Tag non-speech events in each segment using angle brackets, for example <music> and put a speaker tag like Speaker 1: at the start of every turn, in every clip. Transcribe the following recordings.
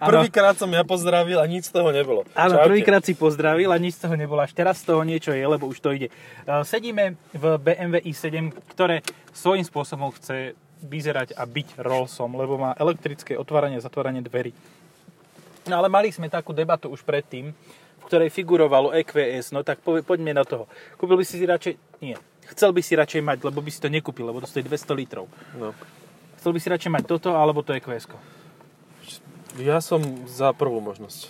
Speaker 1: Prvýkrát som ja pozdravil a nič z toho nebolo.
Speaker 2: Áno,
Speaker 1: Čaute.
Speaker 2: prvýkrát si pozdravil a nič z toho nebolo. Až teraz z toho niečo je, lebo už to ide. E, Sedíme v BMW i7, ktoré svojím spôsobom chce vyzerať a byť Rollsom, lebo má elektrické otváranie a zatváranie dverí. No ale mali sme takú debatu už predtým, v ktorej figurovalo EQS, no tak povie, poďme na toho. Kúpil by si si radšej... Nie. Chcel by si radšej mať, lebo by si to nekúpil, lebo to stojí 200 litrov.
Speaker 1: No.
Speaker 2: Chcel by si radšej mať toto, alebo to E EQS. ko.
Speaker 1: Ja som za prvú možnosť.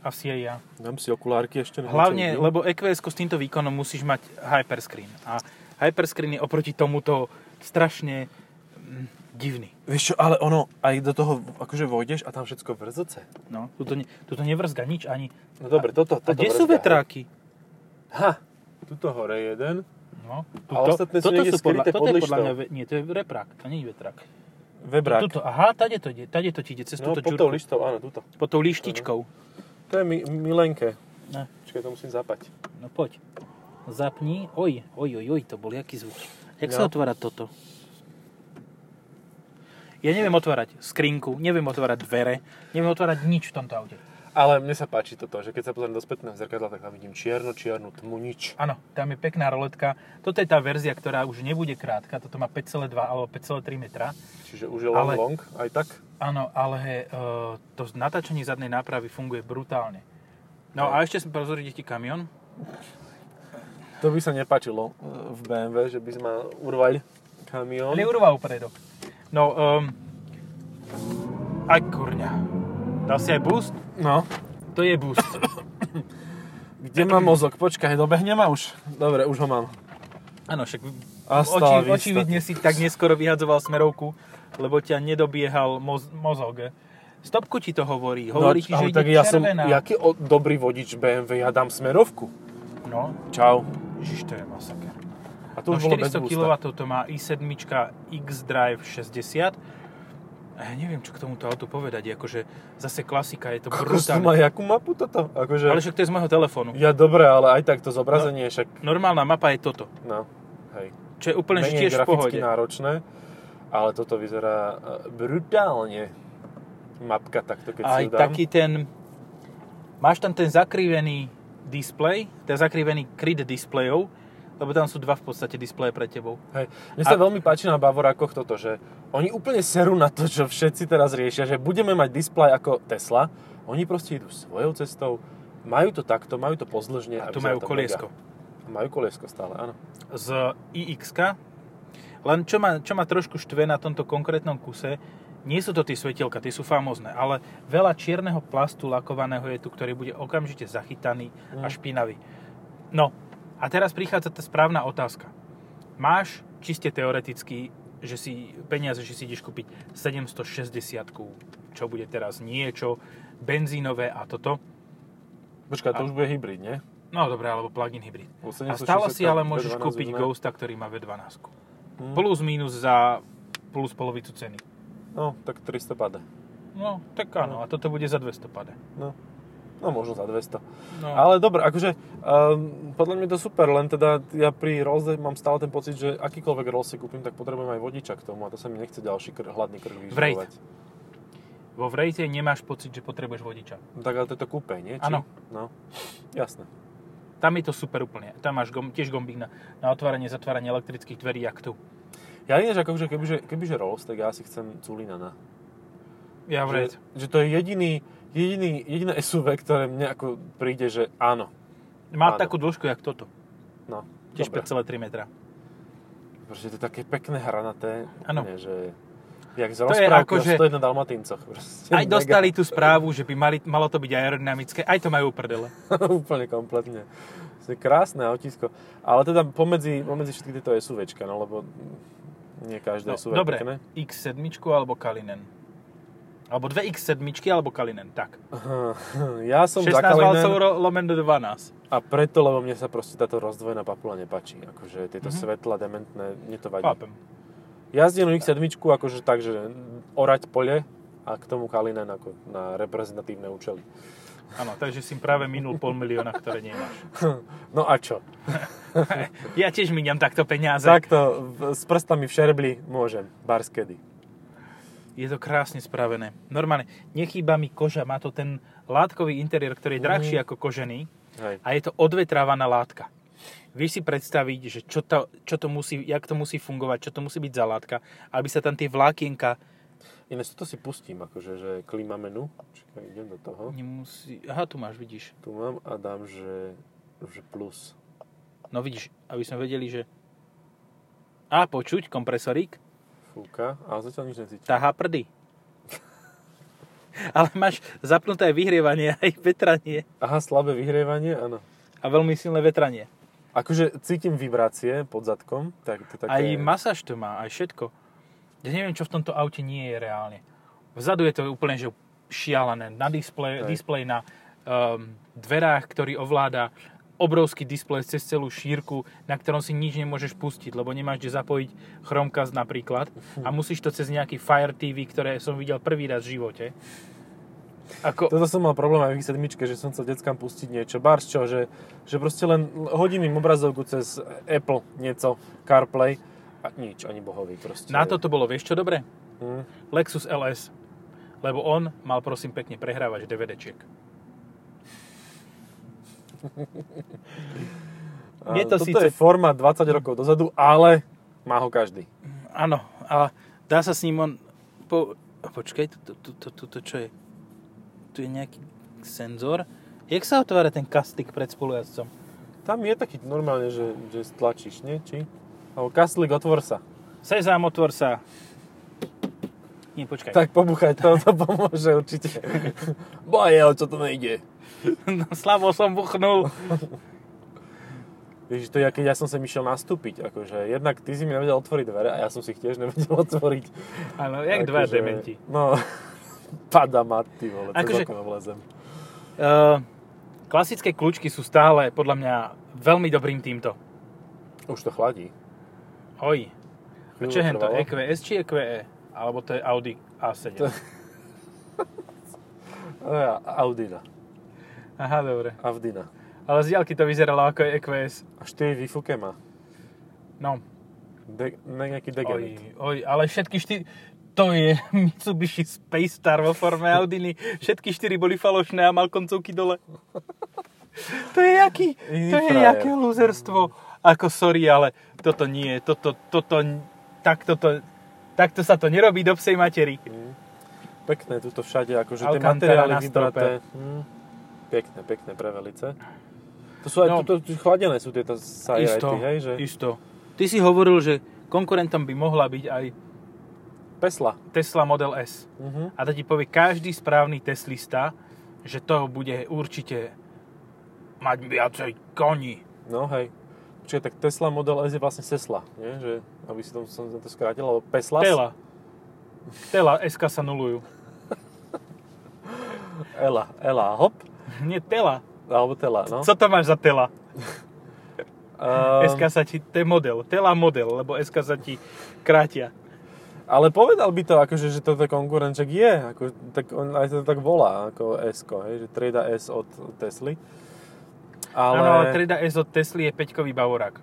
Speaker 2: Asi aj ja.
Speaker 1: Dám si okulárky ešte. na
Speaker 2: Hlavne,
Speaker 1: niečo vidím.
Speaker 2: lebo eqs s týmto výkonom musíš mať hyperscreen. A hyperscreen je oproti tomuto strašne mm, divný.
Speaker 1: Vieš čo, ale ono, aj do toho akože vojdeš a tam všetko vrzoce.
Speaker 2: No, tuto, ne, tuto nevrzga nič ani.
Speaker 1: No dobre, toto,
Speaker 2: A
Speaker 1: toto
Speaker 2: kde
Speaker 1: vrzga,
Speaker 2: sú
Speaker 1: hej.
Speaker 2: vetráky?
Speaker 1: Ha, tuto hore jeden.
Speaker 2: No,
Speaker 1: A ostatné sú
Speaker 2: toto
Speaker 1: niekde skryté pod
Speaker 2: toto je podľa
Speaker 1: lištou.
Speaker 2: mňa, ve- nie, to je reprák, to nie je vetrák.
Speaker 1: Webrák.
Speaker 2: Tuto, aha, tade to ide, tade to ti ide, cez
Speaker 1: no,
Speaker 2: túto
Speaker 1: pod tou
Speaker 2: džurku.
Speaker 1: lištou, áno, tuto.
Speaker 2: pod tou lištičkou.
Speaker 1: To je mi, milenke.
Speaker 2: No,
Speaker 1: Počkaj, to musím zapať.
Speaker 2: no poď. Zapni. Oj, oj, oj, oj, to bol jaký zvuk. Jak
Speaker 1: No.
Speaker 2: sa otvára toto? Ja neviem otvárať skrinku, neviem otvárať dvere, neviem otvárať nič v tomto aute.
Speaker 1: Ale mne sa páči toto, že keď sa pozriem do spätného zrkadla, tak tam vidím čiernu, čiernu tmu, nič.
Speaker 2: Áno, tam je pekná roletka. Toto je tá verzia, ktorá už nebude krátka, toto má 5,2 alebo 5,3 metra.
Speaker 1: Čiže už je long,
Speaker 2: Ale-
Speaker 1: long, aj tak.
Speaker 2: Áno, ale he, e, to natáčanie zadnej nápravy funguje brutálne. No a ešte som pozoril ti kamion.
Speaker 1: To by sa nepáčilo e, v BMW, že by sme ma urvali kamión.
Speaker 2: Neurval predok. No, um, aj kurňa. Dal si aj boost?
Speaker 1: No,
Speaker 2: To je boost.
Speaker 1: <coughs> kde mám mozog? Počkaj, dobehne ma už. Dobre, už ho mám.
Speaker 2: Áno, však
Speaker 1: A stále
Speaker 2: oči,
Speaker 1: vystať.
Speaker 2: očividne si tak neskoro vyhadzoval smerovku, lebo ťa nedobiehal moz, mozog. Stopku ti to hovorí. Hovorí ti,
Speaker 1: No,
Speaker 2: že
Speaker 1: ale
Speaker 2: ide
Speaker 1: tak ja som,
Speaker 2: červená.
Speaker 1: jaký o, dobrý vodič BMW, ja dám smerovku.
Speaker 2: No,
Speaker 1: Čau.
Speaker 2: ježiš, to je masaker.
Speaker 1: A to
Speaker 2: No,
Speaker 1: už bolo bez
Speaker 2: 400
Speaker 1: boosta.
Speaker 2: kW to má i7 xDrive 60. A ja neviem, čo k tomuto autu povedať. Akože zase klasika, je to
Speaker 1: Kokos, to
Speaker 2: brutálne.
Speaker 1: má jakú mapu toto? Akože,
Speaker 2: Ale No. však to je z môjho telefónu.
Speaker 1: Ja dobre, ale aj tak to zobrazenie je však,
Speaker 2: Normálna mapa je toto,
Speaker 1: no, hej.
Speaker 2: čo je úplne že
Speaker 1: Menej
Speaker 2: tiež v pohode.
Speaker 1: graficky náročné, ale toto vyzerá e, brutálne. Mapka takto, keď
Speaker 2: Aj
Speaker 1: si ju dám.
Speaker 2: taký ten... Máš tam ten zakrivený displej, ten zakrivený kryt displejov, lebo tam sú dva v podstate displeje pre tebou.
Speaker 1: Hej. Mne sa
Speaker 2: A-
Speaker 1: veľmi páči na Bavorákoch toto, že oni úplne serú na to, čo všetci teraz riešia, že budeme mať displej ako Tesla, oni proste idú svojou cestou, majú to takto, majú to pozdĺžne. a
Speaker 2: A tu
Speaker 1: vyzerá
Speaker 2: majú
Speaker 1: to
Speaker 2: koliesko
Speaker 1: mega. Majú koliesko stále, áno.
Speaker 2: z ix Len čo ma, čo ma trošku štve na tomto konkrétnom kuse, nie sú to tie svetielka, tie sú famózne, ale veľa čierneho plastu lakovaného je tu, ktorý bude okamžite zachytaný a
Speaker 1: Mm.
Speaker 2: špinavý. No, a teraz prichádza tá správna otázka. Máš čiste teoreticky, že si peniaze, že si ideš kúpiť 760 čo bude teraz niečo, benzínové a toto.
Speaker 1: Počkaj, to
Speaker 2: A-
Speaker 1: už bude hybrid, nie?
Speaker 2: No dobre, alebo plug-in hybrid.
Speaker 1: Bo
Speaker 2: A stále si
Speaker 1: 760
Speaker 2: ale môžeš
Speaker 1: V12
Speaker 2: kúpiť
Speaker 1: vezme.
Speaker 2: Ghosta, ktorý má V12.
Speaker 1: Hm.
Speaker 2: Plus minus za plus polovicu ceny.
Speaker 1: No, tak 300 pada.
Speaker 2: No, tak áno, a toto bude za 200 pade.
Speaker 1: No. No možno za 200.
Speaker 2: No,
Speaker 1: Ale dobre, akože um, podľa mňa je to super, len teda ja pri Rolls mám stále ten pocit, že akýkoľvek Rolls si kúpim, tak potrebujem aj vodiča k tomu a to sa mi nechce ďalší kr- hladný krk
Speaker 2: Vrejt.
Speaker 1: vyživovať.
Speaker 2: vo Vrejte nemáš pocit, že potrebuješ vodiča.
Speaker 1: No tak ale to je to kúpe, nie? Či-
Speaker 2: Áno.
Speaker 1: No, jasné.
Speaker 2: Tam je to super úplne. Tam máš gom, tiež gombík na, na otváranie, zatváranie elektrických dverí, jak tu.
Speaker 1: Ja ináč akože, kebyže, kebyže Rolls, tak ja si chcem Culinana.
Speaker 2: Ja
Speaker 1: Že,
Speaker 2: vrejt.
Speaker 1: že to je jediný, jediný, jediné SUV, ktoré mne ako príde, že áno.
Speaker 2: Má
Speaker 1: áno.
Speaker 2: takú dĺžku, jak toto.
Speaker 1: No,
Speaker 2: Tiež
Speaker 1: dobre.
Speaker 2: 5,3 <laughs> metra.
Speaker 1: Proste to je také pekné hranaté.
Speaker 2: Áno.
Speaker 1: úplne, Že, jak z
Speaker 2: je
Speaker 1: rozprávky o
Speaker 2: akože-
Speaker 1: 101 Dalmatincoch. Proste
Speaker 2: Aj
Speaker 1: mega.
Speaker 2: dostali tú správu, že by mali, malo to byť aerodynamické. Aj to majú uprdele.
Speaker 1: <laughs> úplne kompletne. To je krásne autisko. Ale teda pomedzi, pomedzi všetky tieto SUVčka, no lebo nie každé
Speaker 2: No,
Speaker 1: SUV je
Speaker 2: dobre,
Speaker 1: pekné. <laughs>
Speaker 2: X7 alebo Kalinen. Alebo dve X7 alebo Kalinen, tak.
Speaker 1: Ja som za
Speaker 2: 16 valcov
Speaker 1: Kalinen
Speaker 2: ro- lomeno 12.
Speaker 1: a preto, lebo mne sa proste táto rozdvojená papula nepáči. Akože tieto mm-hmm. svetla dementné, mne to vadí.
Speaker 2: Chápem.
Speaker 1: Jazdenú X7 akože tak, že orať pole a k tomu Kalinen ako na reprezentatívne účely.
Speaker 2: Áno, takže si práve minul pol milióna, ktoré nemáš.
Speaker 1: No a čo?
Speaker 2: Ja tiež miniam takto peniaze.
Speaker 1: Takto v- s prstami v šerbli môžem, bars kedy.
Speaker 2: je to krásne spravené. Normálne, nechýba mi koža, má to ten látkový interiér, ktorý je drahší ako kožený
Speaker 1: Hej.
Speaker 2: a je to odvetrávaná látka. Vieš si predstaviť, že čo to, čo to musí, jak to musí fungovať, čo to musí byť za látka, aby sa tam tie vlákienka
Speaker 1: Ináč toto si pustím, akože, že klima menu. Čakaj, idem do toho.
Speaker 2: nemusí... Aha, tu máš, vidíš.
Speaker 1: Tu mám a dám, že, že plus.
Speaker 2: No vidíš, aby sme vedeli, že... A počuť, kompresorík,
Speaker 1: Fúka. A zatiaľ nič necítim.
Speaker 2: tahá prdy. <laughs> Ale máš zapnuté aj vyhrievanie, aj vetranie.
Speaker 1: Aha, slabé vyhrievanie, áno.
Speaker 2: A veľmi silné vetranie.
Speaker 1: Akože cítim vibrácie pod zadkom. Tak, to také...
Speaker 2: Aj masáž to má, aj všetko. Ja neviem, čo v tomto aute nie je reálne. Vzadu je to úplne že šialené. Na displej,
Speaker 1: Hej.
Speaker 2: displej na um, dverách, ktorý ovláda obrovský displej cez celú šírku, na ktorom si nič nemôžeš pustiť, lebo nemáš kde zapojiť Chromecast napríklad a musíš to cez nejaký Fire TV, ktoré som videl prvý raz v živote. Ako,
Speaker 1: Toto som mal problém aj v ich sedmičke, že som chcel deckám pustiť niečo. Bárs čo, že, že proste len hodím im obrazovku cez Apple niečo, CarPlay a nič, ani bohový proste.
Speaker 2: na toto bolo, vieš čo dobre?
Speaker 1: Hm.
Speaker 2: Lexus LS. Lebo on mal prosím pekne prehrávač DVDčiek.
Speaker 1: A
Speaker 2: Je to
Speaker 1: toto
Speaker 2: síce-
Speaker 1: je forma 20 rokov dozadu, ale má ho každý.
Speaker 2: Áno, a dá sa s ním on... Po... Počkaj, tu, tu, tu, tu, tu, čo je? Tu je nejaký senzor. Jak sa otvára ten kastik pred spolujazdcom?
Speaker 1: Tam je taký normálne, že, že stlačíš, nie? Či? Alebo kaslík, otvor sa.
Speaker 2: Sezám, otvor sa. Nie, počkaj. <laughs>
Speaker 1: Tak pobuchaj, to, to pomôže určite. Boje, o čo to nejde.
Speaker 2: No, Slavo som buchnul.
Speaker 1: Ježiš, to ja, keď ja som sem išiel nastúpiť, akože jednak ty si mi nevedel otvoriť dvere a ja som si ich tiež nevedel <laughs> otvoriť.
Speaker 2: Áno, jak dva
Speaker 1: Akože-
Speaker 2: dementi.
Speaker 1: No, <laughs> pada ma, ty vole, cez
Speaker 2: Akože-
Speaker 1: okno vlezem.
Speaker 2: Uh, klasické kľúčky sú stále, podľa mňa, veľmi dobrým týmto.
Speaker 1: Už to chladí.
Speaker 2: Oj. A
Speaker 1: Chvíľu
Speaker 2: čo je to? E
Speaker 1: trvalo.
Speaker 2: EQS či EQE? Alebo to je Audi A7?
Speaker 1: To- A, No Audina,
Speaker 2: Aha, dobre.
Speaker 1: Avdina.
Speaker 2: Ale z diaľky to vyzeralo ako E EQS.
Speaker 1: A 4 výfuke má.
Speaker 2: No,
Speaker 1: De, ne, nejaký
Speaker 2: Oj,
Speaker 1: degenet.
Speaker 2: oj, ale všetky štyri... To je <laughs> Mitsubishi Space Star vo forme Audiny. Všetky štyri boli falošné a mal koncovky dole. <laughs> To je jaký, to je
Speaker 1: Frajer.
Speaker 2: jaké lúzerstvo. Ako sorry, ale toto nie, toto, toto, takto to, takto sa to nerobí do psej materi.
Speaker 1: Pekné tuto všade, akože tie
Speaker 2: Alcantara
Speaker 1: materiály
Speaker 2: na
Speaker 1: vybraté. Hm. Pekné, pekné prevelice. To sú aj
Speaker 2: No.
Speaker 1: no. tuto, chladené sú tieto sajety, hej, že?
Speaker 2: isto. Ty si hovoril, že konkurentom by mohla byť aj
Speaker 1: Pesla.
Speaker 2: Tesla Model S.
Speaker 1: Mhm.
Speaker 2: A to ti povie každý správny Teslista, že to bude určite mať viacej koní.
Speaker 1: No hej. Čiže tak Tesla Model S je vlastne Sesla, nie? Že, aby si to, som to skrátil, alebo Pesla.
Speaker 2: Tela. Tela SK sa nulujú. <laughs>
Speaker 1: Ela, Ela, hop.
Speaker 2: Nie Tela.
Speaker 1: Alebo Tela, no.
Speaker 2: Co to máš za Tela?
Speaker 1: Ehm,
Speaker 2: SK sa ti, to je model. Tela model, lebo SK sa ti krátia.
Speaker 1: ale povedal by to, akože, že toto konkurenček je. Ako, tak on aj sa to tak volá, ako s hej, že trieda S od Tesly. Ale,
Speaker 2: Áno, ale trieda S od Tesly je peťkový bavorák.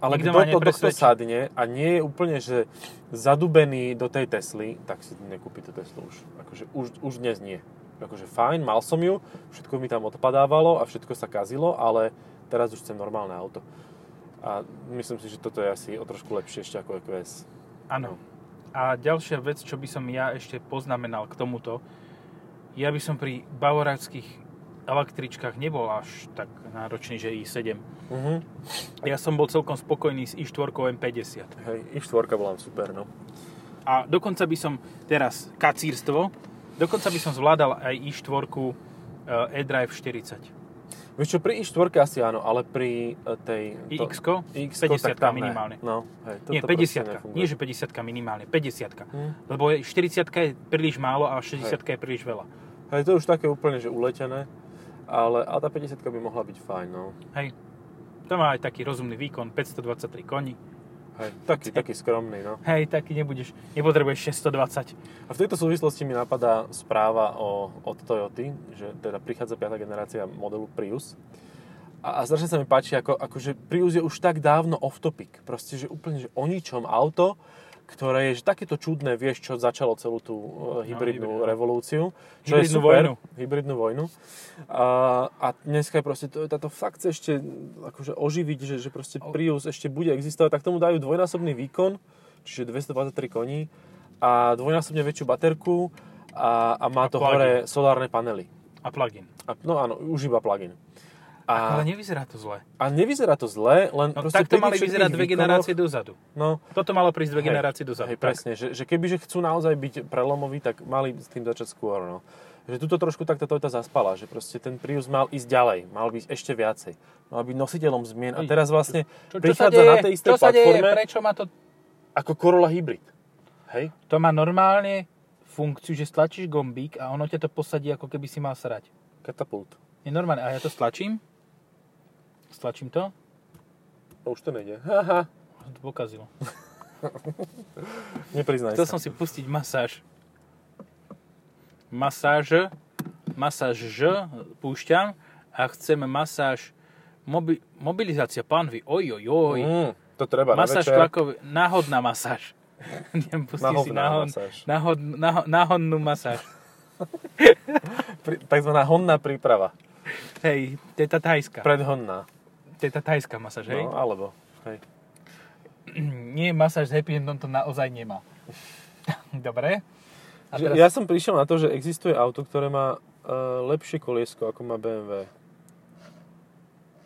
Speaker 1: ale
Speaker 2: nikto
Speaker 1: kto
Speaker 2: ma
Speaker 1: to dokto
Speaker 2: nepresvedčí.
Speaker 1: sadne a nie je úplne, že zadubený do tej Tesly, tak si nekúpi tú Teslu už. Akože už, už dnes nie. Akože fajn, mal som ju, všetko mi tam odpadávalo a všetko sa kazilo, ale teraz už chcem normálne auto. A myslím si, že toto je asi o trošku lepšie ešte ako E EQS.
Speaker 2: Áno. A ďalšia vec, čo by som ja ešte poznamenal k tomuto, ja by som pri bavoráckých električkách nebol až tak náročný, že i7.
Speaker 1: Mhm.
Speaker 2: Ja som bol celkom spokojný s i4 M50.
Speaker 1: Hej, i štvorka bola super, no.
Speaker 2: A dokonca by som teraz kacírstvo, dokonca by som zvládal aj i4 eh, e-drive 40.
Speaker 1: Vieš čo, pri i4 asi áno, ale pri e, tej...
Speaker 2: ix
Speaker 1: X
Speaker 2: 50 minimálne.
Speaker 1: No, hej, toto
Speaker 2: Nie,
Speaker 1: proste
Speaker 2: 50
Speaker 1: nefunguje.
Speaker 2: Nie, že 50 minimálne, 50
Speaker 1: Hm.
Speaker 2: Lebo je- 40 je príliš málo a 60 je príliš veľa.
Speaker 1: Hej, to je už také úplne, že uletené. Ale a tá 50 by mohla byť fajn, no.
Speaker 2: Hej. To má aj taký rozumný výkon, 523 koní.
Speaker 1: Hej, taký, taký skromný, no.
Speaker 2: Hej, taký nebudeš, nepotrebuješ 620.
Speaker 1: A v tejto súvislosti mi napadá správa o, od Toyoty, že teda prichádza 5. generácia modelu Prius. A, a strašne sa mi páči, ako, akože Prius je už tak dávno off topic. Proste, že úplne, že o ničom auto, ktoré je že takéto čudné, vieš, čo začalo celú tú e, hybridnú
Speaker 2: hybridnú.
Speaker 1: revolúciu. Čo je
Speaker 2: Hybridnú
Speaker 1: super,
Speaker 2: vojnu.
Speaker 1: Hybridnú vojnu. A, a dneska je proste to, táto fakt chce ešte akože oživiť, že, že proste Prius ešte bude existovať, tak tomu dajú dvojnásobný výkon, čiže 223 koní a dvojnásobne väčšiu baterku a, a má
Speaker 2: A
Speaker 1: to
Speaker 2: plug-in.
Speaker 1: hore solárne panely.
Speaker 2: A plugin.
Speaker 1: A, no áno, už iba plug-in. A,
Speaker 2: Ale nevyzerá to zle.
Speaker 1: a nevyzerá to zle, len
Speaker 2: No,
Speaker 1: proste
Speaker 2: takto
Speaker 1: pri
Speaker 2: mali
Speaker 1: tých
Speaker 2: vyzerať dve
Speaker 1: všetkých výkonoch-
Speaker 2: generácie dozadu.
Speaker 1: No,
Speaker 2: Toto malo prísť dve
Speaker 1: Hej.
Speaker 2: generácie dozadu.
Speaker 1: Hej,
Speaker 2: tak.
Speaker 1: presne, že, že kebyže chcú naozaj byť prelomoví, tak mali s tým začať skôr, no. Že tuto trošku tak tá Toyota zaspala, že proste ten Prius mal ísť ďalej, mal byť ešte viacej, mal byť nositeľom zmien a teraz vlastne
Speaker 2: Čo, čo sa
Speaker 1: prichádza
Speaker 2: deje?
Speaker 1: na tej istej
Speaker 2: čo sa deje?
Speaker 1: platforme
Speaker 2: Prečo má to...
Speaker 1: ako Corolla Hybrid. Hej?
Speaker 2: To má normálne funkciu, že stlačíš gombík a ono ťa to posadí, ako keby si mal srať.
Speaker 1: Katapult.
Speaker 2: Je normálne. A ja to stlačím. Stlačím to.
Speaker 1: No už to nejde. Haha.
Speaker 2: Sa To pokazilo.
Speaker 1: Nepriznaj
Speaker 2: Chcel
Speaker 1: sa.
Speaker 2: som si pustiť masáž. Masáž. Masáž Ž púšťam a chcem masáž mobi- mobilizácia panvy. Oj, oj, oj.
Speaker 1: Mm, to treba na
Speaker 2: Masáž
Speaker 1: večer.
Speaker 2: tlakový. Náhodná masáž. <laughs> Idem pustiť si
Speaker 1: Náhodná
Speaker 2: náhod,
Speaker 1: masáž.
Speaker 2: náhod, náhod, náhodnú masáž.
Speaker 1: Pri, takzvaná honná príprava.
Speaker 2: Hej, to je tá thajská.
Speaker 1: Predhonná.
Speaker 2: To je tá thajská masáž, hej?
Speaker 1: No, alebo. Hej.
Speaker 2: <clears throat> Nie, masáž s happy endom to naozaj nemá. <laughs> Dobre. A
Speaker 1: Že
Speaker 2: teraz,
Speaker 1: Ja som prišiel na to, že existuje auto, ktoré má e, lepšie koliesko, ako má BMW.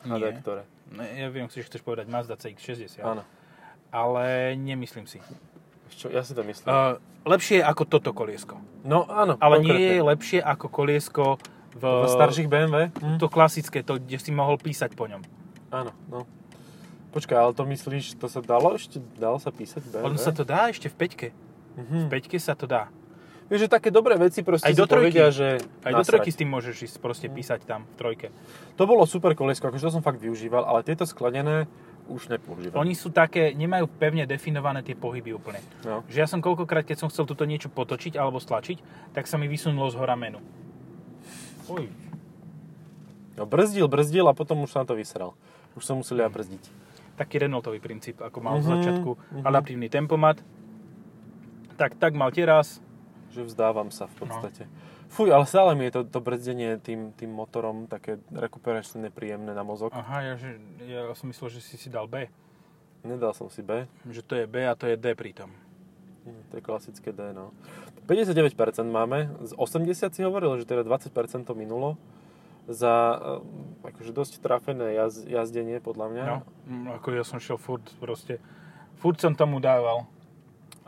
Speaker 2: nie.
Speaker 1: Adaptore.
Speaker 2: No, ja viem, že chceš povedať Mazda CX-60,
Speaker 1: Áno.
Speaker 2: ale nemyslím si.
Speaker 1: Vieš Čo, ja si to myslím.
Speaker 2: Uh, lepšie je ako toto koliesko.
Speaker 1: no áno,
Speaker 2: Ale
Speaker 1: konkrétne.
Speaker 2: nie je e- lepšie ako koliesko v...
Speaker 1: Podľa starších BMW? Hm?
Speaker 2: To klasické, to, kde si mohol písať po ňom.
Speaker 1: Áno, no. Počkaj, ale to myslíš, to sa dalo ešte, dalo sa písať BMW?
Speaker 2: Ono sa to dá ešte v peťke. V
Speaker 1: Mhm.
Speaker 2: peťke sa to dá.
Speaker 1: Vieš, že také dobré veci proste
Speaker 2: Aj do
Speaker 1: si povedia,
Speaker 2: trojky.
Speaker 1: že...
Speaker 2: Aj do
Speaker 1: nasrať.
Speaker 2: trojky s tým môžeš ísť proste písať tam v trojke.
Speaker 1: To bolo super koliesko, akože to som fakt využíval, ale tieto sklenené už nepoužívam.
Speaker 2: Oni sú také, nemajú pevne definované tie pohyby úplne.
Speaker 1: No.
Speaker 2: Že ja som koľkokrát, keď som chcel tuto niečo potočiť alebo stlačiť, tak sa mi vysunulo z hora menu. Uj,
Speaker 1: no brzdil, brzdil a potom už sa na to vysral. Už som musel ja brzdiť.
Speaker 2: taký Renaultový princíp, ako
Speaker 1: Mhm,
Speaker 2: mal v začiatku
Speaker 1: mhm.
Speaker 2: adaptívny tempomat. Tak, tak mal teraz.
Speaker 1: Že vzdávam sa v podstate. Fuj, ale stále mi je to, to brzdenie tým, tým motorom také rekuperačne nepríjemné na mozog.
Speaker 2: Aha, ja, že, ja som myslel, že si si dal B.
Speaker 1: Nedal som si B.
Speaker 2: Že to je B a to je D pritom.
Speaker 1: Mm, To je klasické D, no. 59% máme, z 80 si hovoril, že teda 20% to minulo za eh, akože dosť trafené jaz, jazdenie, podľa mňa.
Speaker 2: No, mm, ako ja som šiel furt proste, furt som tomu dával.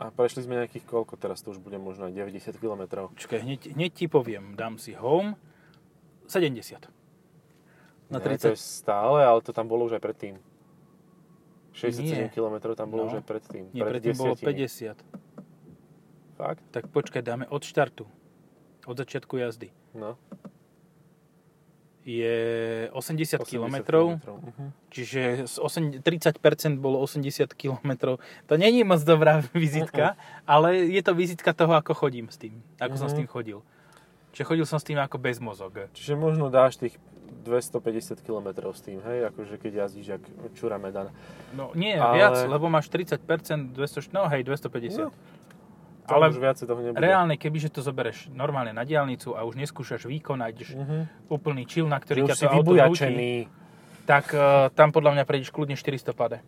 Speaker 1: A prešli sme nejakých koľko, teraz to už bude možno aj 90 km.
Speaker 2: Počkaj, hneď, hneď ti poviem, dám si home, 70. Na
Speaker 1: to je
Speaker 2: 30.
Speaker 1: stále, ale to tam bolo už aj predtým. 67
Speaker 2: Nie.
Speaker 1: km tam bolo
Speaker 2: No.
Speaker 1: už aj predtým.
Speaker 2: Nie, predtým bolo
Speaker 1: desiatimi.
Speaker 2: 50.
Speaker 1: Fakt?
Speaker 2: Tak počkaj, dáme od štartu. Od začiatku jazdy.
Speaker 1: No.
Speaker 2: Je
Speaker 1: 80
Speaker 2: 80, km,
Speaker 1: kilometrov, mhm.
Speaker 2: čiže z 8, 30% bolo 80 km. To není moc dobrá <laughs> vizitka, ale je to vizitka toho, ako chodím s tým. Ako som s
Speaker 1: Mhm.
Speaker 2: tým chodil. Čiže chodil som s tým ako bez mozog.
Speaker 1: Čiže možno dáš tých 250 km s tým, hej? Akože keď jazdíš jak čura medan.
Speaker 2: No nie,
Speaker 1: Ale-
Speaker 2: ale... viac, lebo máš 30%, 200, no hej, 250.
Speaker 1: No, Tam
Speaker 2: No, ale
Speaker 1: už viacej toho nebude.
Speaker 2: reálne, kebyže to zoberieš normálne na diálnicu a už neskúšaš výkon a ideš
Speaker 1: Mhm.
Speaker 2: úplný chill, na
Speaker 1: Že
Speaker 2: ktorý
Speaker 1: už
Speaker 2: ťa
Speaker 1: si
Speaker 2: to auto nutí,
Speaker 1: vybujačený.
Speaker 2: tak eh, tam podľa mňa prejdeš kľudne 400 pade.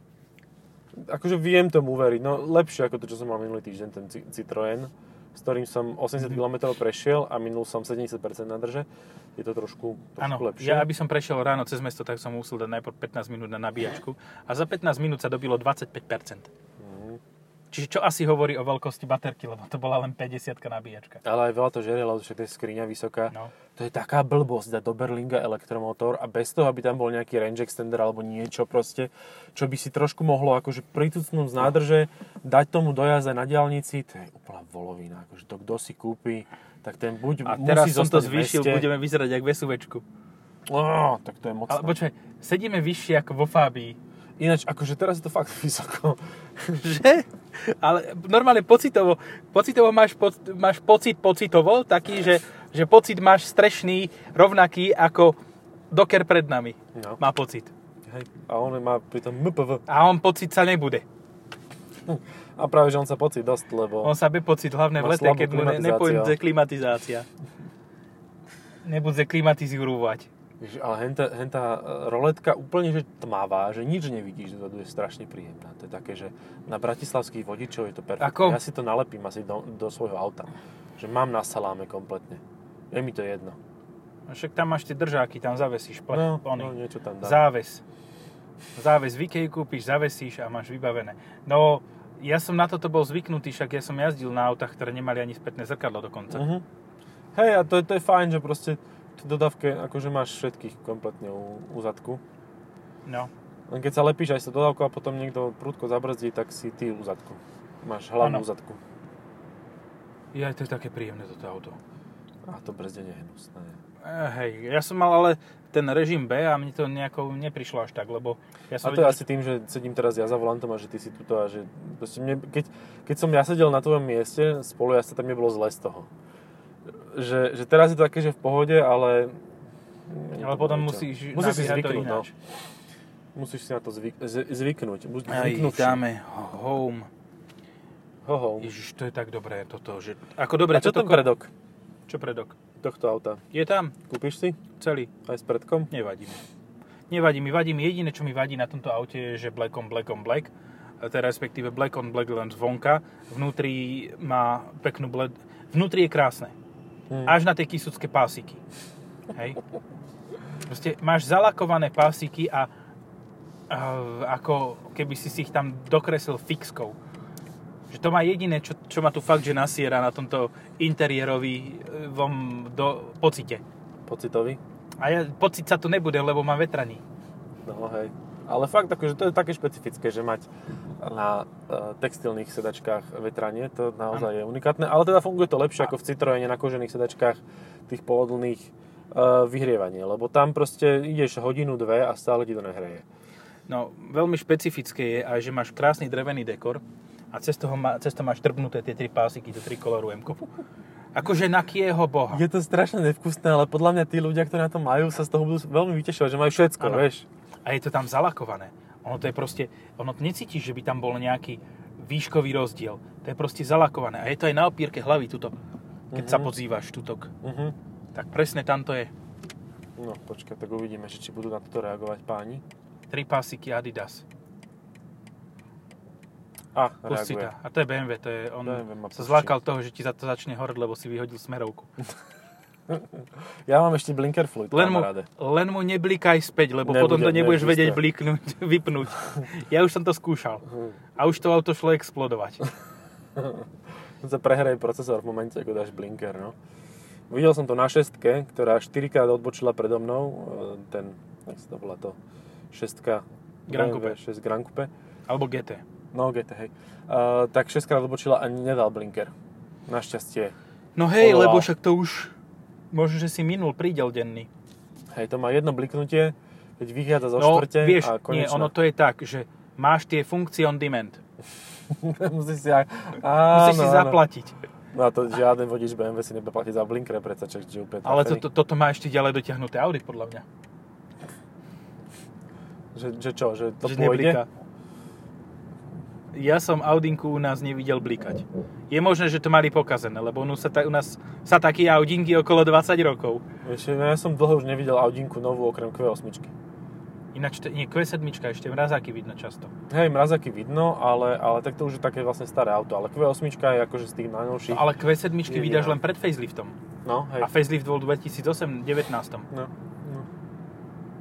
Speaker 1: Akože viem tomu uveriť. No lepšie ako to, čo som mal minulý týždeň, ten Ci- Citroen, s ktorým som 80
Speaker 2: Mhm.
Speaker 1: km prešiel a minul som 70% na drže. Je to trošku, trošku
Speaker 2: Áno,
Speaker 1: lepšie.
Speaker 2: ja aby som prešiel ráno cez mesto, tak som musel dať najprv 15 minút na nabíjačku a za 15 minút sa dobilo 25%. Mm.
Speaker 1: Mhm.
Speaker 2: Čiže čo asi hovorí o veľkosti baterky, lebo to bola len 50 nabíjačka.
Speaker 1: Ale aj veľa to žerie, lebo však to je skriňa vysoká.
Speaker 2: No.
Speaker 1: To je taká blbosť dať do Berlinga elektromotor a bez toho, aby tam bol nejaký range extender alebo niečo proste, čo by si trošku mohlo akože pritucnúť z nádrže, dať tomu dojazd aj na diálnici, to je úplná volovina. Akože to kto si kúpi, tak ten buď
Speaker 2: A teraz
Speaker 1: musí
Speaker 2: som
Speaker 1: zostať
Speaker 2: to
Speaker 1: v
Speaker 2: zvýšil,
Speaker 1: meste.
Speaker 2: budeme vyzerať jak vesuvečku.
Speaker 1: Ó, tak to je moc.
Speaker 2: Ale počkaj, sedíme vyššie ako vo Fábii.
Speaker 1: Ináč, akože teraz je to fakt <laughs> vysoko.
Speaker 2: Že? Ale normálne pocitovo, pocitovo máš, po, máš pocit pocitovo, taký, že, že pocit máš strešný, rovnaký ako doker pred nami.
Speaker 1: No.
Speaker 2: Má pocit.
Speaker 1: Hej. A on má pritom MPV.
Speaker 2: A on pocit sa nebude.
Speaker 1: A práve, že on sa pocí dosť, lebo...
Speaker 2: On sa by pocit hlavne v
Speaker 1: Má
Speaker 2: lete,
Speaker 1: slabú
Speaker 2: keď mu ne,
Speaker 1: klimatizáciu.
Speaker 2: nepojde klimatizácia. Nebude klimatizúrovať.
Speaker 1: Ježiš, ale henta, henta e, roletka úplne že tmavá, že nič nevidíš dozadu, je strašne príjemná. To je také, že na bratislavských vodičov je to perfektné.
Speaker 2: Ako?
Speaker 1: Ja si to nalepím asi do, do svojho auta. Že mám na saláme kompletne. Je mi to jedno.
Speaker 2: No Však tam máš tie držáky, tam zavesíš plet,
Speaker 1: No,
Speaker 2: ony.
Speaker 1: no niečo tam dá.
Speaker 2: záves. Záves v Ikei kúpiš, zavesíš a máš vybavené. No, ja som na toto bol zvyknutý, však ja som jazdil na autách, ktoré nemali ani spätné zrkadlo dokonca.
Speaker 1: Mhm. Hej, a to, je- to je fajn, že proste v tej dodávke akože máš všetkých kompletne u, u zadku.
Speaker 2: No,
Speaker 1: Len keď sa lepíš aj sa dodávku a potom niekto prudko zabrzdí, tak si ty u zadku. Máš hlavnú
Speaker 2: Áno.
Speaker 1: u zadku.
Speaker 2: ja to je také príjemné toto auto.
Speaker 1: A to brzdenie je hnusné.
Speaker 2: E, hej, ja som mal ale ten režim B a mne to nejako neprišlo až tak, lebo
Speaker 1: A
Speaker 2: ja som
Speaker 1: to je asi tým, že sedím teraz ja za volantom a že ty si tuto a že proste mne, keď, keď som ja sedel na tvojom mieste, spolu ja sa tam nebolo zle z toho. Že, že teraz je to také, že v pohode, ale...
Speaker 2: ale potom musíš,
Speaker 1: musíš si
Speaker 2: nabíhať to
Speaker 1: zvyknúť, no.
Speaker 2: ináč.
Speaker 1: Musíš si na to zvyk, z- zvyknúť. Buď
Speaker 2: Aj,
Speaker 1: zvyknúť.
Speaker 2: dáme home.
Speaker 1: Ho, ho.
Speaker 2: Ježiš, to je tak dobré toto, že... Ako dobre,
Speaker 1: a čo
Speaker 2: toto...
Speaker 1: ten
Speaker 2: ko-
Speaker 1: predok
Speaker 2: Čo predok?
Speaker 1: tohto auta?
Speaker 2: Je tam,
Speaker 1: Kúpiš si?
Speaker 2: celý.
Speaker 1: Aj s predkom?
Speaker 2: Nevadí mi. Nevadí mi, vadí mi. Jediné, čo mi vadí na tomto aute je, že black on black on black, teda respektíve black on black len zvonka. Vnútri má peknú bled... Vnútri je krásne.
Speaker 1: Hm.
Speaker 2: Až na tie kisucké pásiky. Hej. Proste máš zalakované pásiky a, a ako keby si si ich tam dokresil fixkou. Že to má jediné, čo, čo ma tu fakt, že nasiera na tomto interiérový eh, vom, do, pocite.
Speaker 1: Pocitový?
Speaker 2: A ja, pocit sa tu nebude, lebo mám vetraný.
Speaker 1: No hej. Ale fakt, akože to je také špecifické, že mať na e, textilných sedačkách vetranie, to naozaj je unikátne. Ale teda funguje to lepšie ako v Citroene na kožených sedačkách tých pohodlných e, vyhrievanie, lebo tam proste ideš hodinu, dve a stále ti to nehreje.
Speaker 2: No, veľmi špecifické je aj, že máš krásny drevený dekor a cez, toho má, cez to máš trbnuté tie tri pásiky do trikoloru m Akože na kieho boha.
Speaker 1: Je to strašne nevkusné, ale podľa mňa tí ľudia, ktorí na to majú, sa z toho budú veľmi vytešovať, že majú všetko,
Speaker 2: Áno.
Speaker 1: vieš.
Speaker 2: A je to tam zalakované. Ono to je proste, ono to necítiš, že by tam bol nejaký výškový rozdiel. To je proste zalakované. A je to aj na opírke hlavy tuto, keď sa pozývaš tutok.
Speaker 1: Mhm.
Speaker 2: Tak presne tam to je.
Speaker 1: No počkaj, tak uvidíme, že či budú na toto reagovať páni.
Speaker 2: Tri pásiky Adidas.
Speaker 1: A,
Speaker 2: Pustí
Speaker 1: reaguje.
Speaker 2: to. A to je BMW, to je, on
Speaker 1: BMW ma pustí.
Speaker 2: sa zlákal toho, že ti za to začne horieť, lebo si vyhodil smerovku.
Speaker 1: Ja mám ešte blinker fluid,
Speaker 2: Len mu,
Speaker 1: kamaráde.
Speaker 2: len mu neblikaj späť, lebo
Speaker 1: Nebudem,
Speaker 2: potom to nebudeš
Speaker 1: nebudem
Speaker 2: vedieť
Speaker 1: späť.
Speaker 2: bliknúť, <laughs> vypnúť. Ja už som to skúšal. A už to auto šlo explodovať.
Speaker 1: sa prehraje procesor v momente, ako dáš blinker, no. Videl som to na šestke, ktorá 4 krát odbočila predo mnou, e, ten, jak sa to volá to, šestka
Speaker 2: Grand
Speaker 1: BMW 6 Grand Coupe,
Speaker 2: Alebo GT.
Speaker 1: no GT, hej, uh, tak 6 krát odbočila a nedal blinker. Našťastie.
Speaker 2: No hej,
Speaker 1: Oveľa.
Speaker 2: lebo však to už... Možno, že si minul prídel denný.
Speaker 1: Hej, to má jedno bliknutie, keď vychádza zo
Speaker 2: No,
Speaker 1: štvrte
Speaker 2: vieš,
Speaker 1: a
Speaker 2: nie,
Speaker 1: konečne.
Speaker 2: ono
Speaker 1: <laughs>
Speaker 2: to je tak, že máš tie funkcie on demand.
Speaker 1: Musíš si, aj- áno,
Speaker 2: Musíš si
Speaker 1: áno.
Speaker 2: zaplatiť.
Speaker 1: No a to žiaden vodič BMW si nebude platiť za blinkre, predsa čak, že úplne
Speaker 2: Ale
Speaker 1: trafený.
Speaker 2: to, to, toto má ešte ďalej dotiahnuté Audi, podľa mňa.
Speaker 1: Že, že čo, že to
Speaker 2: že
Speaker 1: pôjde?
Speaker 2: nebliká. Ja som Audinku u nás nevidel blikať. Je možné, že to mali pokazené, lebo u nás sa, ta, u nás sa takí Audinky okolo 20 rokov.
Speaker 1: Vieš, no ja som dlho už nevidel Audinku novú okrem Q8.
Speaker 2: Ináč, to, nie, Q7 ešte mrazáky vidno často.
Speaker 1: Hej, mrazaky vidno, ale, ale tak to už je také vlastne staré auto, ale Q8 je akože z tých najnovších.
Speaker 2: No, ale Q7
Speaker 1: Nie,
Speaker 2: vydáš
Speaker 1: nie.
Speaker 2: len pred faceliftom.
Speaker 1: No, hej.
Speaker 2: A facelift bol 2008-2019.
Speaker 1: No, no.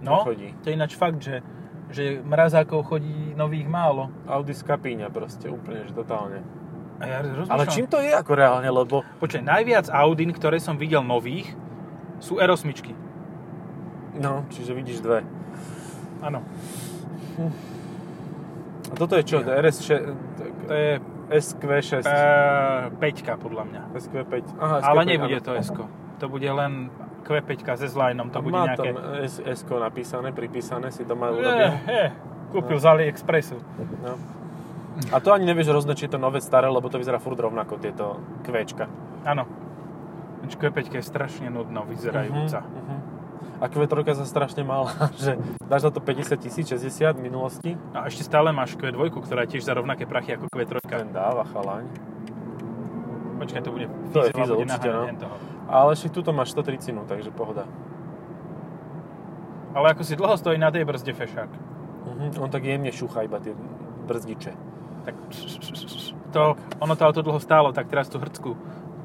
Speaker 2: No,
Speaker 1: Nechodí.
Speaker 2: to je ináč fakt, že, že mrazákov chodí nových málo.
Speaker 1: Audi skapíňa proste, úplne, že totálne.
Speaker 2: A ja rozmýšľam,
Speaker 1: Ale čím to je ako reálne, lebo
Speaker 2: Počkaj, najviac Audin, ktoré som videl nových, sú R8.
Speaker 1: no, čiže vidíš dve.
Speaker 2: Áno.
Speaker 1: A toto je čo?
Speaker 2: Ja.
Speaker 1: RS6,
Speaker 2: To je
Speaker 1: SQ6,
Speaker 2: e, 5 podľa mňa.
Speaker 1: SQ5. Aha, SQ5,
Speaker 2: Ale nebude
Speaker 1: áno.
Speaker 2: to S. To bude len Q5 se zlajnom, to bude
Speaker 1: Má
Speaker 2: nejaké... E.
Speaker 1: tam S napísané, pripísané, si to majú
Speaker 2: Je,
Speaker 1: urobiť.
Speaker 2: je, eh, kúpil z AliExpressu.
Speaker 1: No. A to ani nevieš rozdať, či je to nové, staré, lebo to vyzerá furt rovnako, tieto kvečka.
Speaker 2: Áno. Čiže Q5 je strašne nudno vyzerajúca.
Speaker 1: Mhm, mhm. A Q3 sa strašne mala, <laughs> že dáš na to 50 tisíc, 60 v minulosti,
Speaker 2: No A ešte stále máš Q2, ktorá je tiež za rovnaké prachy ako Q3.
Speaker 1: ten dáva chalaň.
Speaker 2: Počkaj, to bude
Speaker 1: To je
Speaker 2: Fizel,
Speaker 1: Fizel,
Speaker 2: bude
Speaker 1: určite,
Speaker 2: naháňať
Speaker 1: no.
Speaker 2: len toho.
Speaker 1: Ale však tuto máš 130, takže pohoda.
Speaker 2: Ale ako si dlho stojí na tej brzde fešák,
Speaker 1: Mhm, on tak jemne šúcha iba tie brzdiče.
Speaker 2: tak to, ono to auto dlho stálo, tak teraz tú hrcku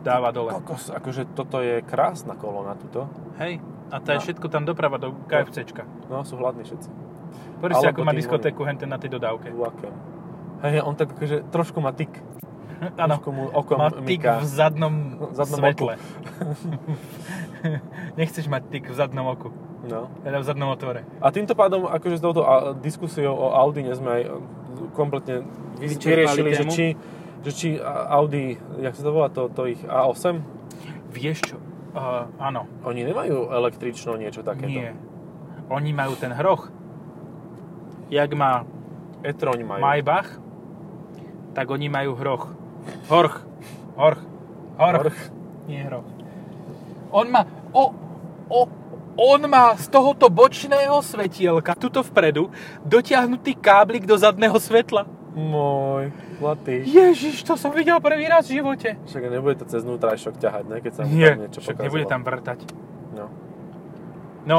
Speaker 2: dáva dole.
Speaker 1: Kokos, akože toto je krásna kolona tuto.
Speaker 2: Hej, a to je
Speaker 1: No.
Speaker 2: všetko tam doprava do KFCčka.
Speaker 1: No, sú hladní všetci.
Speaker 2: Pozri si,
Speaker 1: Alebo
Speaker 2: ako má
Speaker 1: tým
Speaker 2: diskotéku henten na tej dodávke.
Speaker 1: Vlakem. Hej, on tak akože trošku má tik.
Speaker 2: Áno,
Speaker 1: Trošku mu okom
Speaker 2: má tik
Speaker 1: myká.
Speaker 2: v zadnom,
Speaker 1: V zadnom
Speaker 2: svetle. <laughs> Nechceš mať tik v zadnom oku,
Speaker 1: No.
Speaker 2: teda v zadnom otvore.
Speaker 1: A týmto pádom, akože s touto a, diskusiou o Audi nie sme aj e, kompletne vy-
Speaker 2: Vyčerpali
Speaker 1: vyriešili, že
Speaker 2: tému.
Speaker 1: či, že či a, Audi, jak sa to volá, to, to ich A8,
Speaker 2: Vieš čo? Uh, áno,
Speaker 1: oni nemajú električno niečo takéto.
Speaker 2: nie. Oni majú ten hroch. Jak má
Speaker 1: E-troň E majú.
Speaker 2: Maybach, tak oni majú hroch. Horch. Horch. Horch.
Speaker 1: Horch.
Speaker 2: Nie hroch. On má... O, o, on má z tohoto bočného svetielka, tuto vpredu, dotiahnutý káblik do zadného svetla.
Speaker 1: Môj, zlatý.
Speaker 2: Ježiš, to som videl prvý raz v živote.
Speaker 1: Však nebude to cez vnútrajšok ťahať, ne? Keď sa mu
Speaker 2: Nie,
Speaker 1: tam niečo
Speaker 2: však
Speaker 1: pokazilo.
Speaker 2: nebude tam vrtať.
Speaker 1: No.
Speaker 2: No,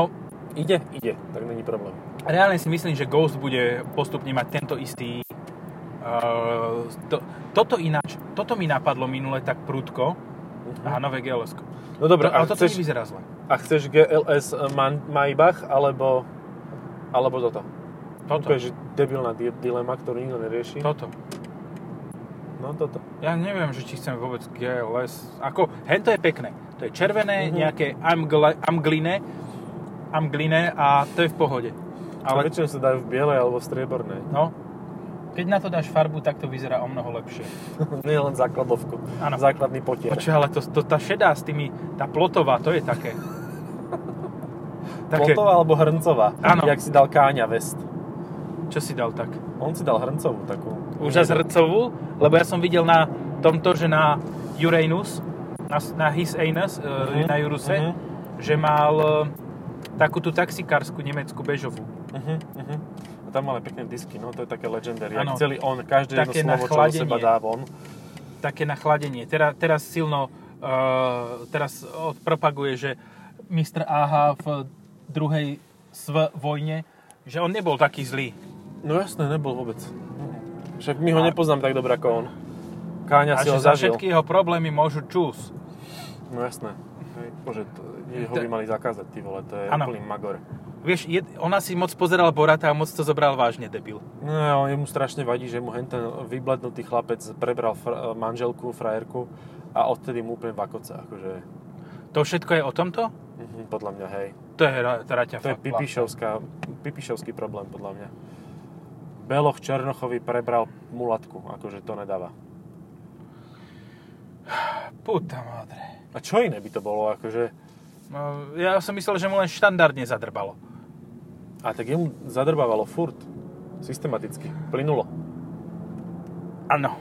Speaker 1: Ide? Ide, tak není problém.
Speaker 2: reálne si myslím, že Ghost bude postupne mať tento istý... Uh, to, toto ináč, toto mi napadlo minule tak prudko. Aha, nové gls
Speaker 1: No Mhm. dobre,
Speaker 2: ale
Speaker 1: a
Speaker 2: toto
Speaker 1: chceš,
Speaker 2: nevyzerá zle.
Speaker 1: a chceš GLS e, Man- Maybach, alebo, alebo toto?
Speaker 2: Toto,
Speaker 1: Úplne, že debilná di- dilema, ktorú nikto nerieši.
Speaker 2: toto.
Speaker 1: No toto.
Speaker 2: Ja neviem, že či chcem vôbec GLS. Ako, hento je pekné. To je červené,
Speaker 1: Mhm.
Speaker 2: nejaké amgle, amgline, amgline a to je v pohode.
Speaker 1: Ale...
Speaker 2: Ale,
Speaker 1: Väčšinou sa dajú v bielej alebo v striebornej. <laughs>
Speaker 2: no, keď na to dáš farbu, tak to vyzerá o mnoho lepšie.
Speaker 1: Nie len základovku.
Speaker 2: Áno.
Speaker 1: Základný potier.
Speaker 2: Počkaj, ale to, to, tá šedá s tými, tá plotová, to je také. také,
Speaker 1: Plotová alebo hrncová.
Speaker 2: Áno.
Speaker 1: Jak si dal Káňa Vest.
Speaker 2: čo si dal tak?
Speaker 1: On si dal hrncovú takú.
Speaker 2: Už z Hrcovú, lebo ja som videl na tomto, že na Uranus, na, na His Anus,
Speaker 1: Mhm,
Speaker 2: uh-huh. na Juruse,
Speaker 1: mhm.
Speaker 2: že mal e, takú tú taxikársku nemeckú bežovú.
Speaker 1: Uh-huh, uh-huh. A tam máme pekné disky, no to je také legendary. Ano.
Speaker 2: Áno.
Speaker 1: Celý on, každé jedno
Speaker 2: Také
Speaker 1: slovo, čo do
Speaker 2: nachladenie.
Speaker 1: seba dá von.
Speaker 2: také nachladenie. Teraz, teraz silno uh, teraz o- propaguje, že mistr AH v druhej sv vojne, že on nebol taký zlý.
Speaker 1: No jasné, nebol vôbec. Však my ho
Speaker 2: A-
Speaker 1: nepoznám tak dobre ako on. Káňa
Speaker 2: A
Speaker 1: si
Speaker 2: že
Speaker 1: ho
Speaker 2: za
Speaker 1: zažil.
Speaker 2: všetky jeho problémy môžu čus.
Speaker 1: No jasné. Hej, Bože, to, jeho
Speaker 2: To-
Speaker 1: by mali zakázať, ty vole, to je
Speaker 2: Áno.
Speaker 1: úplný magor.
Speaker 2: Vieš, je, ona si moc pozerala Borata a moc to zobral vážne, debil.
Speaker 1: No, jemu strašne vadí, že mu henten vyblednutý chlapec prebral fr- manželku, frajerku a odtedy mu úplne vakoce, akože,
Speaker 2: To všetko je o tomto?
Speaker 1: mhm, podľa mňa, hej.
Speaker 2: To je ra- to raťa
Speaker 1: To je
Speaker 2: fakt,
Speaker 1: pipišovská, pipišovský problém, podľa mňa. Beloch Černochovi prebral mulatku, akože to nedáva.
Speaker 2: Puta madre.
Speaker 1: A čo iné by to bolo, akože...
Speaker 2: No, ja som myslel, že mu len štandardne zadrbalo.
Speaker 1: A tak jemu zadrbávalo furt. Systematicky. Plynulo.
Speaker 2: Áno.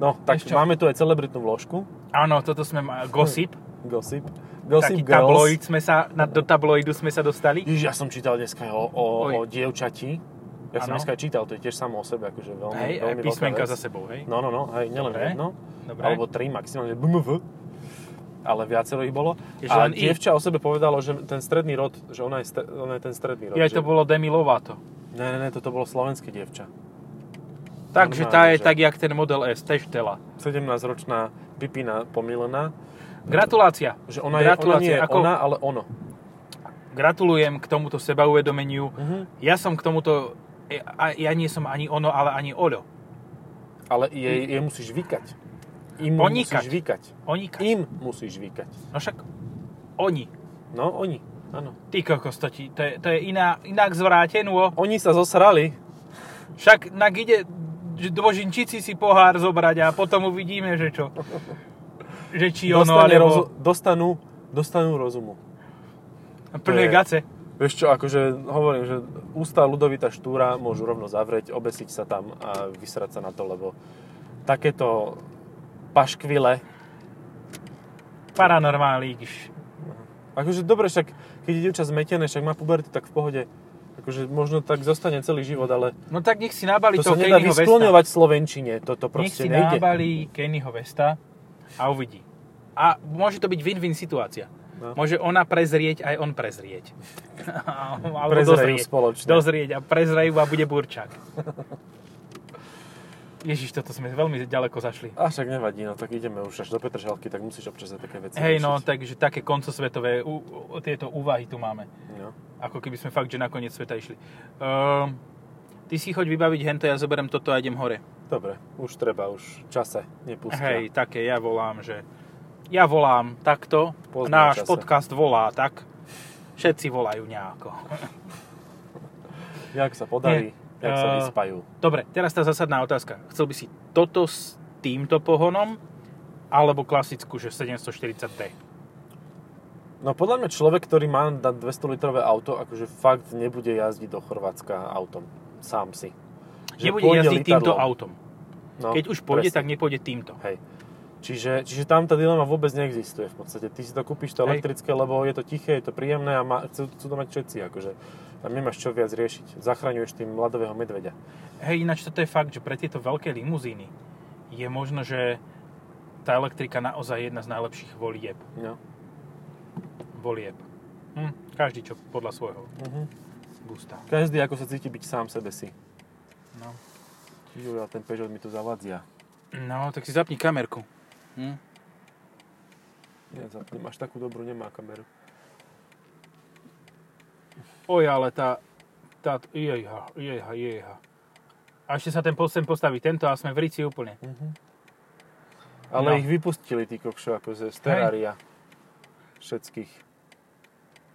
Speaker 1: No, tak
Speaker 2: Vieš čo?
Speaker 1: máme tu aj celebritnú vložku.
Speaker 2: Áno, toto sme... ma- Gossip.
Speaker 1: Gossip.
Speaker 2: taký
Speaker 1: Gossip Girls.
Speaker 2: tabloid sme sa, na, do tabloidu sme sa dostali.
Speaker 1: Ježiš, ja som čítal dneska o, o,
Speaker 2: Oj.
Speaker 1: o dievčati. Ja som
Speaker 2: Áno.
Speaker 1: dneska čítal, to je tiež samo o sebe, akože veľmi,
Speaker 2: Hej, aj
Speaker 1: veľmi
Speaker 2: písmenka
Speaker 1: veľká
Speaker 2: za
Speaker 1: vec.
Speaker 2: sebou, hej?
Speaker 1: No, no, no, hej, nielen
Speaker 2: Dobre.
Speaker 1: jedno,
Speaker 2: Dobre.
Speaker 1: alebo tri maximálne, BMV, ale viacero ich bolo.
Speaker 2: Ježiš,
Speaker 1: a
Speaker 2: len ich.
Speaker 1: dievča o sebe povedalo, že ten stredný rod, že ona je, ste, ona je ten stredný rod.
Speaker 2: Ja
Speaker 1: že...
Speaker 2: to bolo Demi Lovato.
Speaker 1: Ne, ne, ne, toto bolo slovenské dievča.
Speaker 2: Takže
Speaker 1: Normálne,
Speaker 2: tá je
Speaker 1: že-
Speaker 2: tak, jak ten Model S, tež tela.
Speaker 1: 17-ročná Pipina pomilená,
Speaker 2: Gratulácia.
Speaker 1: že ona, je, ona nie je
Speaker 2: Ako,
Speaker 1: ona, ale ono.
Speaker 2: Gratulujem k tomuto sebauvedomeniu.
Speaker 1: Mhm.
Speaker 2: Ja som k tomuto... e, a- Ja nie som ani ono, ale ani Oľo.
Speaker 1: Ale jej, jej musíš vykať. Im
Speaker 2: Onikať.
Speaker 1: musíš vykať.
Speaker 2: Oni... ka-
Speaker 1: Im musíš vykať.
Speaker 2: No však... Oni.
Speaker 1: No, oni. Áno.
Speaker 2: Ty kokos, to, ti, to, je, to je iná, inak zvrátenú.
Speaker 1: Oni sa zosrali.
Speaker 2: Však nak ide že dvožinčici si pohár zobrať a potom uvidíme, že
Speaker 1: <laughs>
Speaker 2: čo. Že či ono,
Speaker 1: Dostane
Speaker 2: alebo
Speaker 1: rozu- dostanú, dostanú rozumu. to
Speaker 2: plné
Speaker 1: je-
Speaker 2: gace.
Speaker 1: Vieš čo, akože hovorím, že ústa Ludovita Štúra môžu rovno zavrieť, obesiť sa tam a vysrať sa na to, lebo takéto paškvile,
Speaker 2: Paranormálíš.
Speaker 1: Akože dobre, však keď je dievča zmetené, však má pubertu, tak v pohode. Akože možno tak zostane celý život, ale
Speaker 2: No tak nech si nabali
Speaker 1: to sa
Speaker 2: toho
Speaker 1: nedá
Speaker 2: Kennyho Vesta.
Speaker 1: vyskloňovať v Slovenčine. Toto
Speaker 2: Nech
Speaker 1: proste
Speaker 2: si
Speaker 1: nejde.
Speaker 2: nábalí Kennyho Vesta a uvidí. A môže to byť win-win situácia.
Speaker 1: No.
Speaker 2: No. Môže ona prezrieť, aj on
Speaker 1: <laughs>
Speaker 2: prezrieť. Alebo
Speaker 1: Prezrejú
Speaker 2: dozrieť.
Speaker 1: spoločne.
Speaker 2: Dozrieť a prezrejú a bude burčak. Ježiš, toto sme veľmi ďaleko zašli.
Speaker 1: A však nevadí, no tak ideme už až do Petržalky, tak musíš občas aj také veci
Speaker 2: Hej, no,
Speaker 1: riešiť.
Speaker 2: takže také koncosvetové u, u, tieto úvahy tu máme.
Speaker 1: no.
Speaker 2: Ako keby sme fakt, že na koniec sveta išli. Ehm, ty si choď vybaviť hento, ja zoberiem toto a idem hore.
Speaker 1: Dobre, už treba, už čase, nepustia.
Speaker 2: Hej, také, ja volám, že... Ja volám takto,
Speaker 1: Poznám čase.
Speaker 2: náš podcast volá tak, všetci volajú nejako.
Speaker 1: Jak sa podarí,
Speaker 2: Nie.
Speaker 1: jak sa
Speaker 2: Eh,
Speaker 1: vyspajú.
Speaker 2: Dobre, teraz tá zásadná otázka. Chcel by si toto s týmto pohonom, alebo klasickú, že 740D?
Speaker 1: No podľa mňa človek, ktorý má na 200 litrové auto, akože fakt nebude jazdiť do Chorvátska autom. Sám si.
Speaker 2: Nebude
Speaker 1: pôjde
Speaker 2: jazdiť
Speaker 1: lietadlom.
Speaker 2: týmto autom.
Speaker 1: No,
Speaker 2: Keď už pôjde,
Speaker 1: presne.
Speaker 2: tak nepôjde týmto.
Speaker 1: Hej. Čiže, čiže tam tá dilema vôbec neexistuje v podstate. Ty si to kúpiš to
Speaker 2: Hej.
Speaker 1: elektrické, lebo je to tiché, je to príjemné a má, chcú, chcú to mať všetci. Akože. Tam nemáš čo viac riešiť. Zachraňuješ tým mladového medveďa.
Speaker 2: Hej, ináč toto je fakt, že pre tieto veľké limuzíny je možno, že tá elektrika naozaj jedna z najlepších volieb.
Speaker 1: No.
Speaker 2: volieb. Hm, každý čo podľa svojho
Speaker 1: Mhm.
Speaker 2: gusta.
Speaker 1: Každý ako sa cíti byť sám sebe si.
Speaker 2: No.
Speaker 1: Julia, ten Peugeot mi tu zavadzia.
Speaker 2: no, tak si zapni kamerku. Hm?
Speaker 1: Nezapnem, až takú dobrú nemá kameru.
Speaker 2: Oj, ale tá... tá jejha, jejha, jejha. A ešte sa ten posem postaví tento a sme v rici úplne.
Speaker 1: Mhm. Ale
Speaker 2: No.
Speaker 1: ich vypustili, tí kokšo, ako ze Steraria. Všetkých.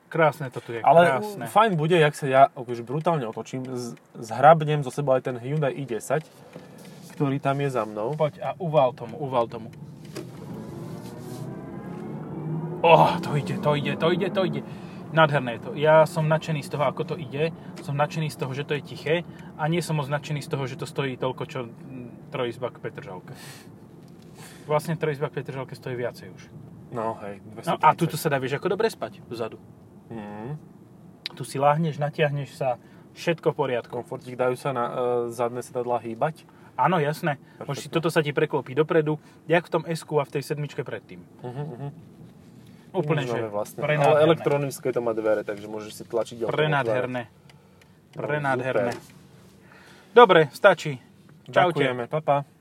Speaker 2: Krásne to tu je,
Speaker 1: Ale
Speaker 2: krásne.
Speaker 1: fajn bude, jak sa ja akože brutálne otočím, z- zhrabnem zo seba aj ten Hyundai i10, ktorý tam je za mnou.
Speaker 2: Poď a uval tomu, uval tomu. Oh, to ide, to ide, to ide, to ide. Nádherné je to. Ja som nadšený z toho, ako to ide. Som nadšený z toho, že to je tiché. A nie som moc nadšený z toho, že to stojí toľko, čo mm, trojizbak v Petržalke. Vlastne trojizbak v Petržalke stojí viacej už.
Speaker 1: No hej,
Speaker 2: No a tuto sa dá, vieš, ako dobre spať vzadu.
Speaker 1: Mm,
Speaker 2: Tu si láhneš, natiahneš sa, všetko v poriadku.
Speaker 1: komfortík, dajú sa na e, zadné sedadla hýbať.
Speaker 2: Áno, jasné. Môžeš si, toto sa ti preklopí dopredu, jak v tom s a v tej sedmičke predtým.
Speaker 1: Uh-huh, uh-huh.
Speaker 2: Úplne, že
Speaker 1: vlastne.
Speaker 2: prenádherné.
Speaker 1: Ale elektronické to má dvere, takže môžeš si tlačiť. alebo
Speaker 2: Prenádherné.
Speaker 1: otvárať. No,
Speaker 2: Prenádherné.
Speaker 1: super.
Speaker 2: Dobre, stačí. Čaute.
Speaker 1: Ďakujeme, papa. Pa.